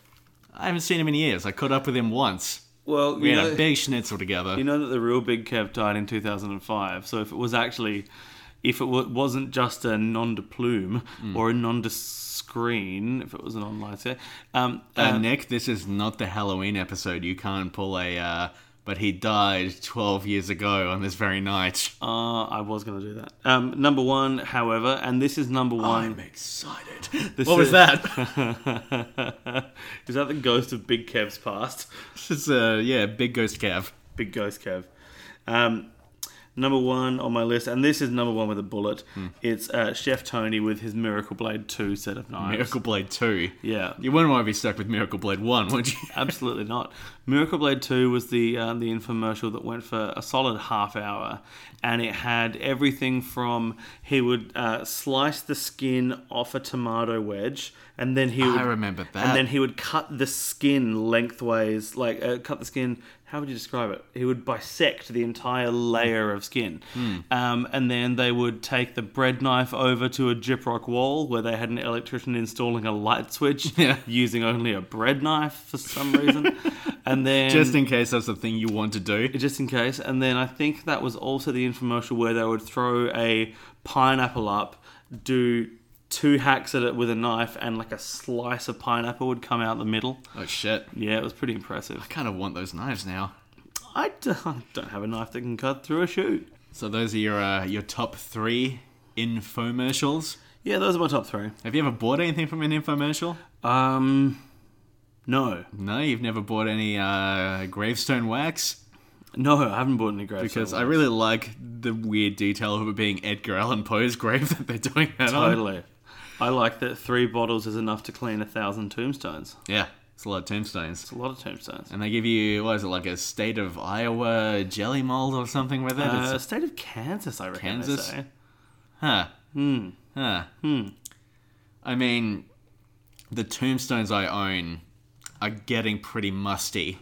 I haven't seen him in years. I caught up with him once. Well, We you had know, a big schnitzel together. You know that the real Big Kev died in 2005. So if it was actually, if it wa- wasn't just a non de plume or a non de screen, if it was an online set, um, uh, uh, Nick, this is not the Halloween episode. You can't pull a. Uh, but he died 12 years ago on this very night. uh, I was going to do that. Um, number one, however, and this is number one. excited. This what was is- that? is that the ghost of Big Kev's past? this is, uh, yeah, Big Ghost Kev. Big ghost Kev. Um, Number one on my list, and this is number one with a bullet. It's uh, Chef Tony with his Miracle Blade Two set of knives. Miracle Blade 2. Yeah, You wouldn't want to be stuck with Miracle Blade 1, would you? Absolutely not. Miracle Blade 2 was the uh, the infomercial that went for a solid half hour, and it had everything from he would uh, slice the skin off a tomato wedge, and then he would, remember that. and then he would cut the skin lengthways, like uh, cut the skin. How would you describe it? He would dissect the entire layer of skin, Hmm. um, and then they would take the bread knife over to a gyprock wall where they had an electrician installing a light switch Yeah. using only a bread knife for some reason, and then Just in case that's the thing you want to do. just in case. And then I think that was also the infomercial where they would throw a pineapple up, do two hacks at it with a knife, and like a slice of pineapple would come out the middle. Oh shit. Yeah, it was pretty impressive. Kind of want those knives now. I d- I don't have a knife that can cut through a shoe. So those are your uh, your top three infomercials. Yeah, those are my top three. Have you ever bought anything from an infomercial? Um, no, No, you've never bought any uh, gravestone wax no, I haven't bought any grapes because I really like the weird detail of it being Edgar Allan Poe's grave that they're doing that on. totally. I like that three bottles is enough to clean a thousand tombstones. Yeah, it's a lot of tombstones. It's a lot of tombstones. And they give you what is it like a state of Iowa jelly mold or something with it? Uh, It's- state of Kansas, I reckon. Kansas? They say. huh. Hmm. Huh. Hmm. I mean, the tombstones I own are getting pretty musty.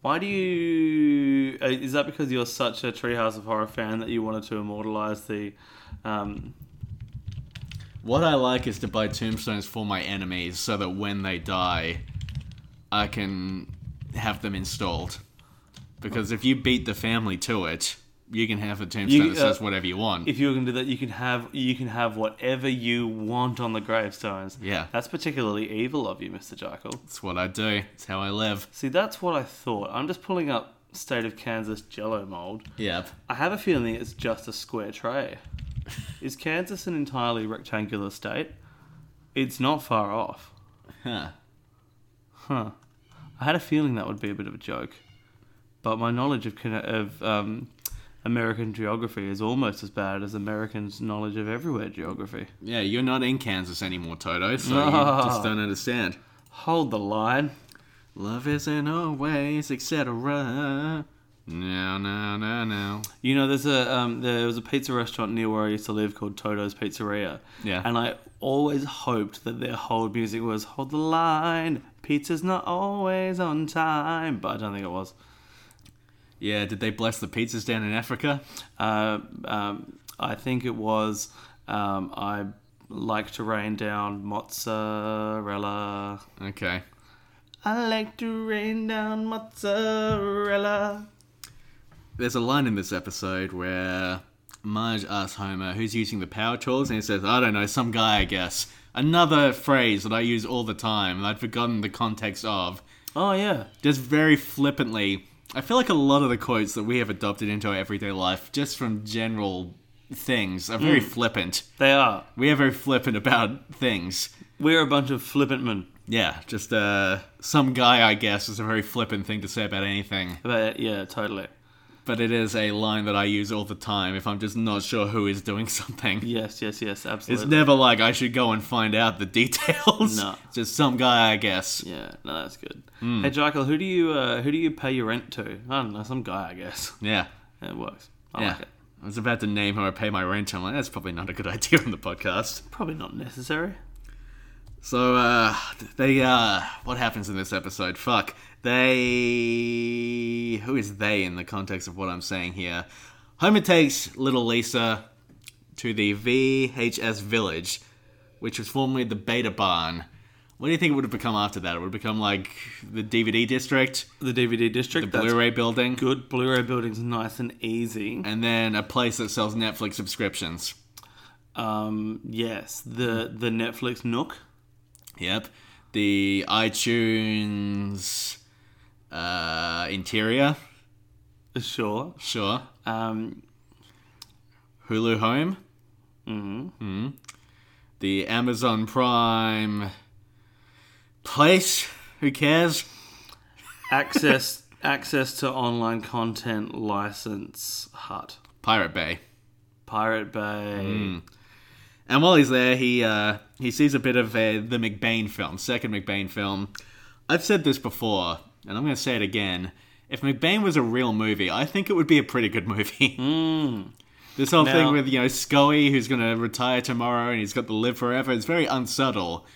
Why do you? uh, Is that because you're such a Treehouse of Horror fan that you wanted to immortalize the? Um, What I like is to buy tombstones for my enemies so that when they die, I can have them installed. Because if you beat the family to it, you can have a tombstone You- that says uh, whatever you want. if you were going to do that, you can have you can have whatever you want on the gravestones. Yeah. that's particularly evil of you, Mister Jackal. That's what I do. It's how I live. See, that's what I thought. I'm just pulling up state of Kansas Jello mold. Yep. I have a feeling it's just a square tray. Is Kansas an entirely rectangular state? It's not far off. Huh. Huh. I had a feeling that would be a bit of a joke, but my knowledge of Cana- of um, American geography is almost as bad as Americans' knowledge of everywhere geography. Yeah, you're not in Kansas anymore, Toto, so No. you just don't understand. Hold the line. Love isn't always, etc. No, no, no, no. You know, there's a um, there was a pizza restaurant near where I used to live called Toto's Pizzeria. Yeah. And I always hoped that their whole music was "Hold the line, pizza's not always on time," but I don't think it was. Yeah, did they bless the pizzas down in Africa? Uh, um, I think it was. Um, I like to rain down mozzarella. Okay. I like to rain down mozzarella. There's a line in this episode where Marge asks Homer who's using the power tools, and he says, I don't know, some guy, I guess. Another phrase that I use all the time, and I'd forgotten the context of. Oh yeah, Just very flippantly, I feel like a lot of the quotes that we have adopted into our everyday life, just from general things, are very flippant. they are. We are very flippant about things. We're a bunch of flippant men. Yeah, just uh, some guy, I guess, is a very flippant thing to say about anything. But yeah, totally. But it is a line that I use all the time if I'm just not sure who is doing something. Yes, yes, yes, It's absolutely. never like I should go and find out the details. No. It's Just some guy, I guess. yeah, no, that's good. Hey, Jackal, who do you uh, who do you pay your rent to? I don't know, some guy, I guess. Yeah. It works. I Yeah. like it. I was about to name who I pay my rent. I'm like, that's probably not a good idea on the podcast. Probably not necessary. So, uh, they, uh, what happens in this episode? Fuck. They. Who is they in the context of what I'm saying here? Homer takes little Lisa to the VHS Village, which was formerly the Beta Barn. What do you think it would have become after that? It would have become like the DVD district, The DVD district. that's Blu-ray building, good. Blu-ray building's nice and easy. and then a place that sells Netflix subscriptions. Um, yes, the Hmm. the Netflix Nook. Yep. The iTunes uh, interior, Sure. sure. Um, Hulu Home. Mm-hmm. The Amazon Prime place. Who cares? access access to online content license hut. Pirate Bay. Pirate Bay. Hmm. And while he's there, he uh, he sees a bit of uh, the McBain film, second McBain film. I've said this before, and I'm going to say it again. If McBain was a real movie, I think it would be a pretty good movie. This whole Now- thing with you know Scully, who's going to retire tomorrow, and he's got to live forever. It's very unsubtle,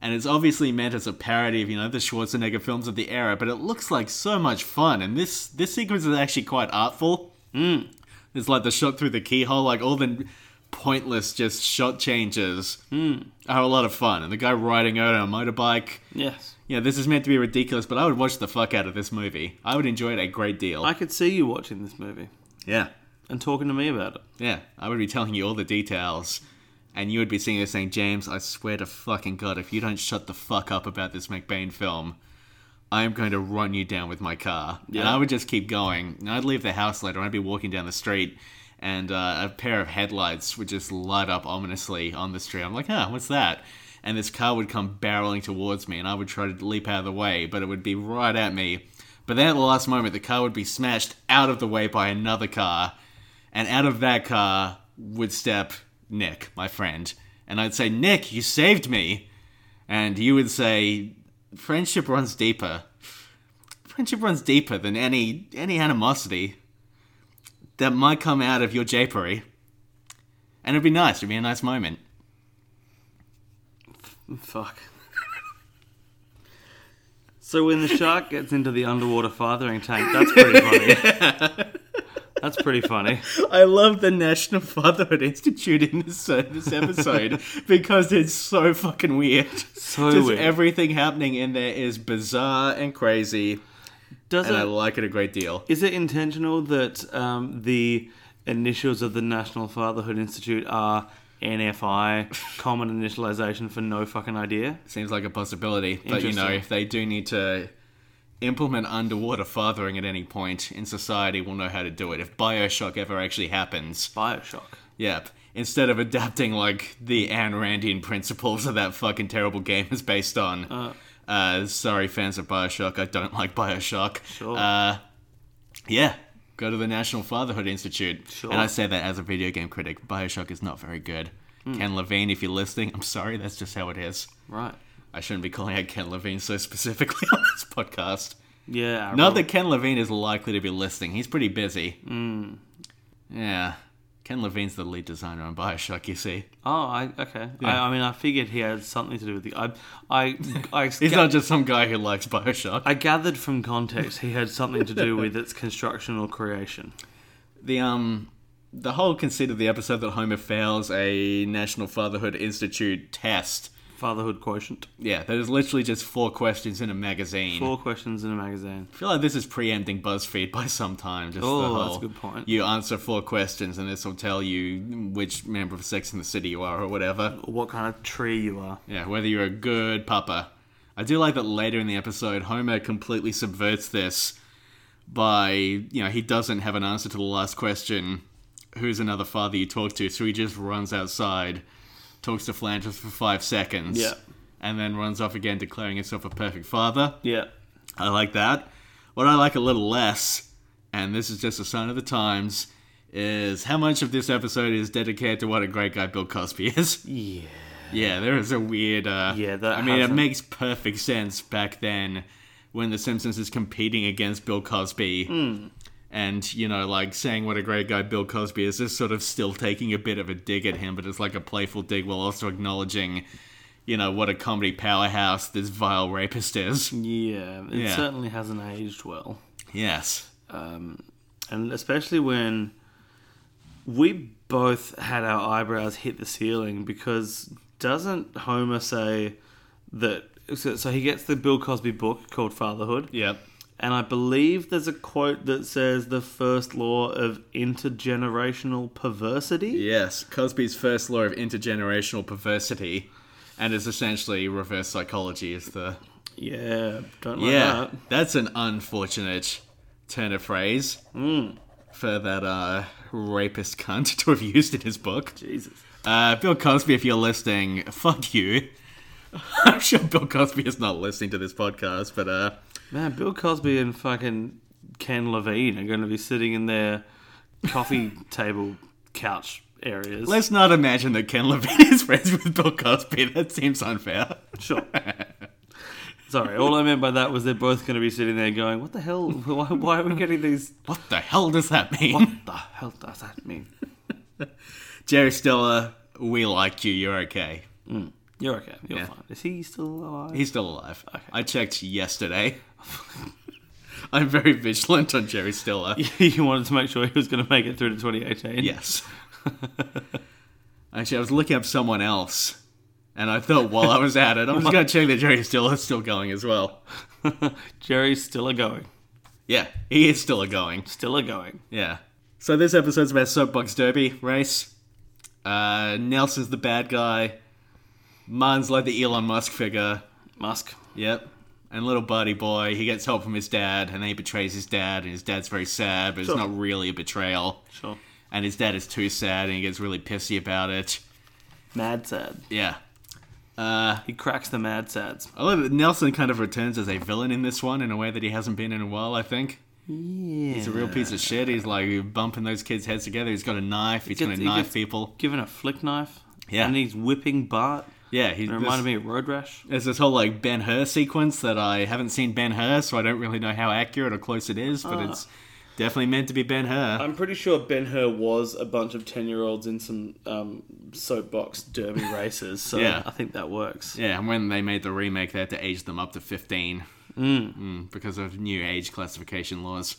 and it's obviously meant as a parody of you know the Schwarzenegger films of the era. But it looks like so much fun, and this this sequence is actually quite artful. It's like the shot through the keyhole, like all the pointless just shot changes are a lot of fun. And the guy riding out on a motorbike. Yes. Yeah, this is meant to be ridiculous, but I would watch the fuck out of this movie. I would enjoy it a great deal. I could see you watching this movie yeah. and talking to me about it. Yeah. I would be telling you all the details. And you would be sitting there saying, James, I swear to fucking God, if you don't shut the fuck up about this McBain film, I'm going to run you down with my car. And Yeah. I would just keep going. And I'd leave the house later. and I'd be walking down the street, and uh, a pair of headlights would just light up ominously on the street. I'm like, huh, what's that? And this car would come barreling towards me, and I would try to leap out of the way, but it would be right at me. But then at the last moment, the car would be smashed out of the way by another car, and out of that car would step Nick, my friend. And I'd say, Nick, you saved me. And you would say, friendship runs deeper. Friendship runs deeper than any any animosity that might come out of your japery. And it'd be nice. It'd be a nice moment. Fuck. so when the shark gets into the underwater fathering tank, that's pretty funny. That's pretty funny. I love the National Fatherhood Institute in this, uh, this episode because it's so fucking weird. So Just weird. everything happening in there is bizarre and crazy, Does and I it, like it a great deal. is it intentional that um, the initials of the National Fatherhood Institute are NFI, common initialization for no fucking idea? Seems like a possibility, but you know, Interesting. if they do need to implement underwater fathering at any point in society, we'll know how to do it. If Bioshock ever actually happens, Bioshock. yep. Instead of adapting like the Ayn Randian principles that that fucking terrible game is based on. Uh, sorry, fans of Bioshock, I don't like Bioshock. Sure. Uh, yeah, go to the National Fatherhood Institute. Sure. And I say that as a video game critic. Bioshock is not very good. Hmm. Ken Levine, if you're listening, I'm sorry, that's just how it is. right. I shouldn't be calling out Ken Levine so specifically on this podcast. Yeah. Not that Ken Levine is likely to be listening. He's pretty busy. Yeah. Ken Levine's the lead designer on Bioshock, you see. Oh, I, okay. I, I mean, I figured he had something to do with the. I, I, I, He's not just some guy who likes Bioshock. I gathered from context he had something to do with its construction or creation. the um the whole conceit of the episode that Homer fails a National Fatherhood Institute test. Fatherhood quotient. Yeah, that is literally just four questions in a magazine. Four questions in a magazine. I feel like this is preempting BuzzFeed by some time. Just the Oh, whole, that's a good point. You answer four questions, and this will tell you which member of Sex in the City you are, or whatever. What kind of tree you are. Yeah, whether you're a good papa. I do like that later in the episode, Homer completely subverts this by, you know, he doesn't have an answer to the last question who's another father you talk to? So he just runs outside, talks to Flanders for five seconds, Yeah. and then runs off again, declaring himself a perfect father. Yeah. I like that. What I like a little less, and this is just a sign of the times, is how much of this episode is dedicated to what a great guy Bill Cosby is. Yeah. Yeah, there is a weird. Uh, Yeah, that I mean, it hasn't- makes perfect sense back then when The Simpsons is competing against Bill Cosby. Hmm. And, you know, like saying what a great guy Bill Cosby is, just sort of still taking a bit of a dig at him, but it's like a playful dig while also acknowledging, you know, what a comedy powerhouse this vile rapist is. Mm. Yeah. It Yeah. certainly hasn't aged well. Yes. And especially when we both had our eyebrows hit the ceiling because doesn't Homer say that. So, so he gets the Bill Cosby book called Fatherhood. Yep. And I believe there's a quote that says the first law of intergenerational perversity. Yes, Cosby's first law of intergenerational perversity, and is essentially reverse psychology. Is the Yeah, don't like yeah? that. That's an unfortunate turn of phrase for that uh, rapist cunt to have used in his book. Jesus. Uh, Bill Cosby, if you're listening, fuck you. I'm sure Bill Cosby is not listening to this podcast, but uh, Man, Bill Cosby and fucking Ken Levine are going to be sitting in their coffee table couch areas. Let's not imagine that Ken Levine is friends with Bill Cosby. That seems unfair. Sure. Sorry, all I meant by that was they're both going to be sitting there going, "What the hell? Why, why are we getting these? What the hell does that mean? What the hell does that mean?" Jerry Stiller, we like you. You're okay. You're okay. You're Yeah. fine. Is he still alive? He's still alive. I checked yesterday. I'm very vigilant on Jerry Stiller. you wanted to make sure he was going to make it through to 2018. Yes. Actually, I was looking up someone else, and I thought while I was at it, I'm just going to check that Jerry Stiller's still going as well. Jerry's still a going. Yeah, he is still a going. Still a going. Yeah. So this episode's about Soapbox Derby race. Uh, Nelson's the bad guy. Martin's like the Elon Musk figure. Musk. Yep. And little buddy boy, he gets help from his dad, and then he betrays his dad, and his dad's very sad, but it's not really a betrayal. Sure. And his dad is too sad, and he gets really pissy about it. Mad sad. Yeah. He cracks the mad sads. I love that Nelson kind of returns as a villain in this one in a way that he hasn't been in a while, I think. Yeah. He's a real piece of shit. He's like bumping those kids' heads together. He's got a knife. He's going gets- to he knife gets- people. Given a flick knife. Yeah. And he's whipping Bart. Yeah, he It reminded me of Road Rash. There's this whole like Ben Hur sequence that I haven't seen Ben Hur, so I don't really know how accurate or close it is, but Uh. it's definitely meant to be Ben Hur. I'm pretty sure Ben Hur was a bunch of 10 year olds in some um, soapbox derby races. So Yeah. I think that works. Yeah, and when they made the remake, they had to age them up to 15 Mm, because of new age classification laws.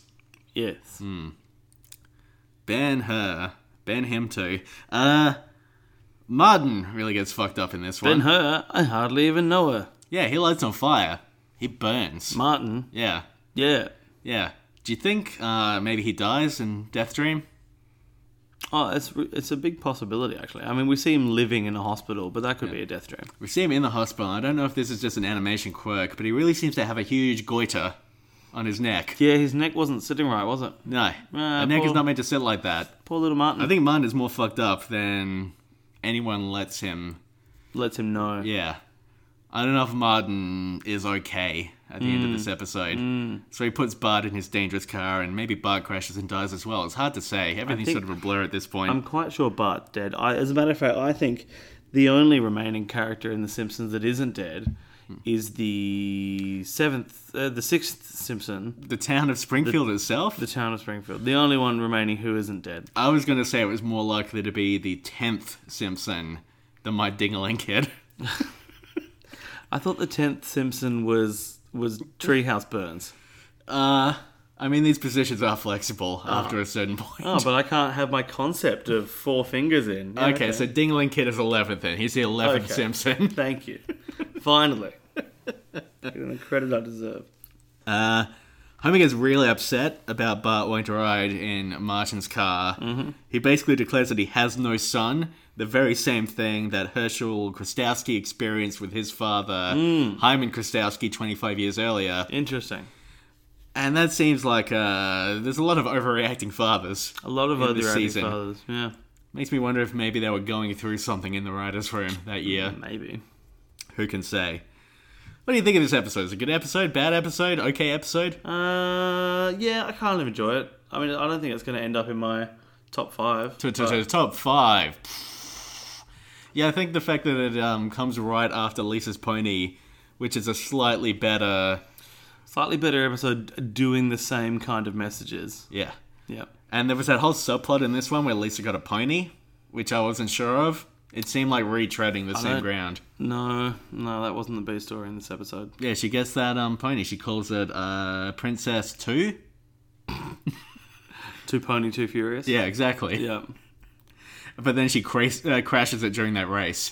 Yes. Mm. Ben Hur, Ben him too. Uh, Martin really gets fucked up in this one. Ben Hur, I hardly even know her. Yeah, he lights on fire. He burns. Martin. yeah, Yeah. yeah. Do you think uh, maybe he dies in Death Dream? Oh, it's it's a big possibility actually. I mean, we see him living in a hospital, but that could be a death dream. We see him in the hospital. I don't know if this is just an animation quirk, but he really seems to have a huge goiter on his neck. Yeah, his neck wasn't sitting right, was it? No, a neck is poor- not meant to sit like that. Poor little Martin. I think mine is more fucked up than anyone lets him. lets him know. Yeah. I don't know if Martin is okay at the Mm. end of this episode. So he puts Bart in his dangerous car, and maybe Bart crashes and dies as well. It's hard to say. Everything's think- sort of a blur at this point. I'm quite sure Bart's dead. I, as a matter of fact, I think the only remaining character in The Simpsons that isn't dead Hmm. is the seventh, uh, the sixth Simpson, the town of Springfield itself? the town of Springfield. The only one remaining who isn't dead. I was going to say it was more likely to be the 10th Simpson than my Dingaling kid. I thought the tenth Simpson was was Treehouse Burns. Uh, I mean, these positions are flexible after a certain point. Oh, but I can't have my concept of four fingers in. Yeah, okay, so Dingaling Kid is 11th then. He's the 11th Okay. Simpson. Thank you. Finally. Getting the credit I deserve. Homer gets really upset about Bart wanting to ride in Martin's car. Mm-hmm. He basically declares that he has no son, the very same thing that Herschel Krastowski experienced with his father, Hyman Krastowski, 25 years earlier. Interesting. And that seems like uh, there's a lot of overreacting fathers. A lot of In other this season. fathers. Yeah, Makes me wonder if maybe they were going through something in the writer's room that year. maybe. Who can say? What do you think of this episode? Is it a good episode? Bad episode? Okay episode? Uh, yeah, I kind of enjoy it. I mean, I don't think it's going to end up in my top five. To, to, but- to top five. Yeah, I think the fact that it um, comes right after Lisa's Pony, which is a slightly better. Slightly better episode doing the same kind of messages. Yeah. Yeah. And there was that whole subplot in this one where Lisa got a pony, which I wasn't sure of. It seemed like retreading the same don't- ground. No, no, that wasn't the B story in this episode. Yeah, she gets that um pony. She calls it uh Princess Two. Too pony, too furious. Yeah, exactly. Yeah. But then she cra- uh, crashes it during that race.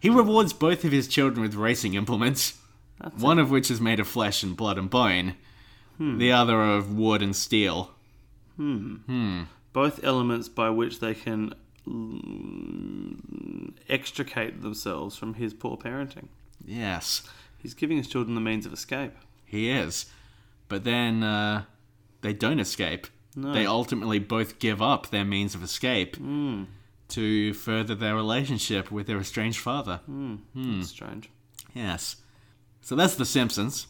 He rewards both of his children with racing implements, one of which is made of flesh and blood and bone, the other of wood and steel. Both elements by which they can mm, extricate themselves from his poor parenting. Yes, He's giving his children the means of escape. he is. But then uh, they don't escape. They ultimately both give up their means of escape to further their relationship with their estranged father. It's strange. Yes. So that's The Simpsons.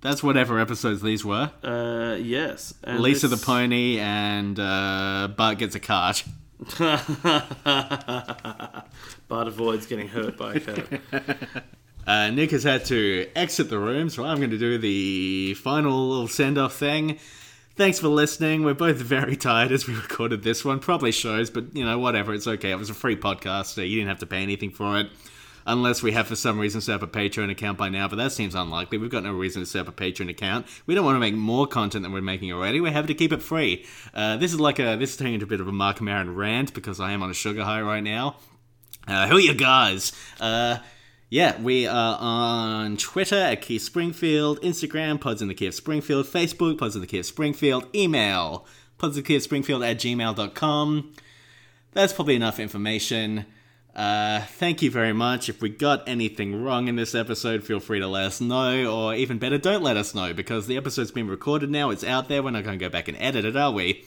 That's whatever episodes these were. Uh, yes. and Lisa the it's- pony and uh, Bart gets a cart. Bart avoids getting hurt by a curb. Uh, Nick has had to exit the room, so I'm going to do the final little send off thing. Thanks for listening. We're both very tired as we recorded this one. Probably shows, but you know, whatever. It's okay. It was a free podcast, so you didn't have to pay anything for it. Unless we have, for some reason, set up a Patreon account by now, but that seems unlikely. We've got no reason to set up a Patreon account. We don't want to make more content than we're making already. We're happy to keep it free. Uh, this is like a this is turning into a bit of a Mark Maron rant because I am on a sugar high right now. Uh, who are you guys? Uh, yeah, we are on Twitter at Keith Springfield, Instagram, Pods in the Key of Springfield, Facebook, Pods in the Key of Springfield, email, Pods in the Key of Springfield at gmail.com. That's probably enough information. Uh, thank you very much. If we got anything wrong in this episode, feel free to let us know, or even better, don't let us know, because the episode's been recorded now, it's out there, we're not going to go back and edit it, are we?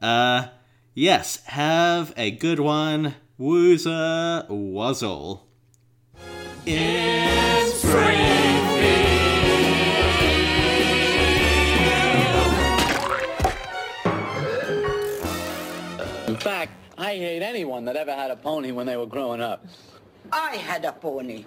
Uh, yes, have a good one. Woozer Wuzzle. In fact, I hate anyone that ever had a pony when they were growing up. I had a pony.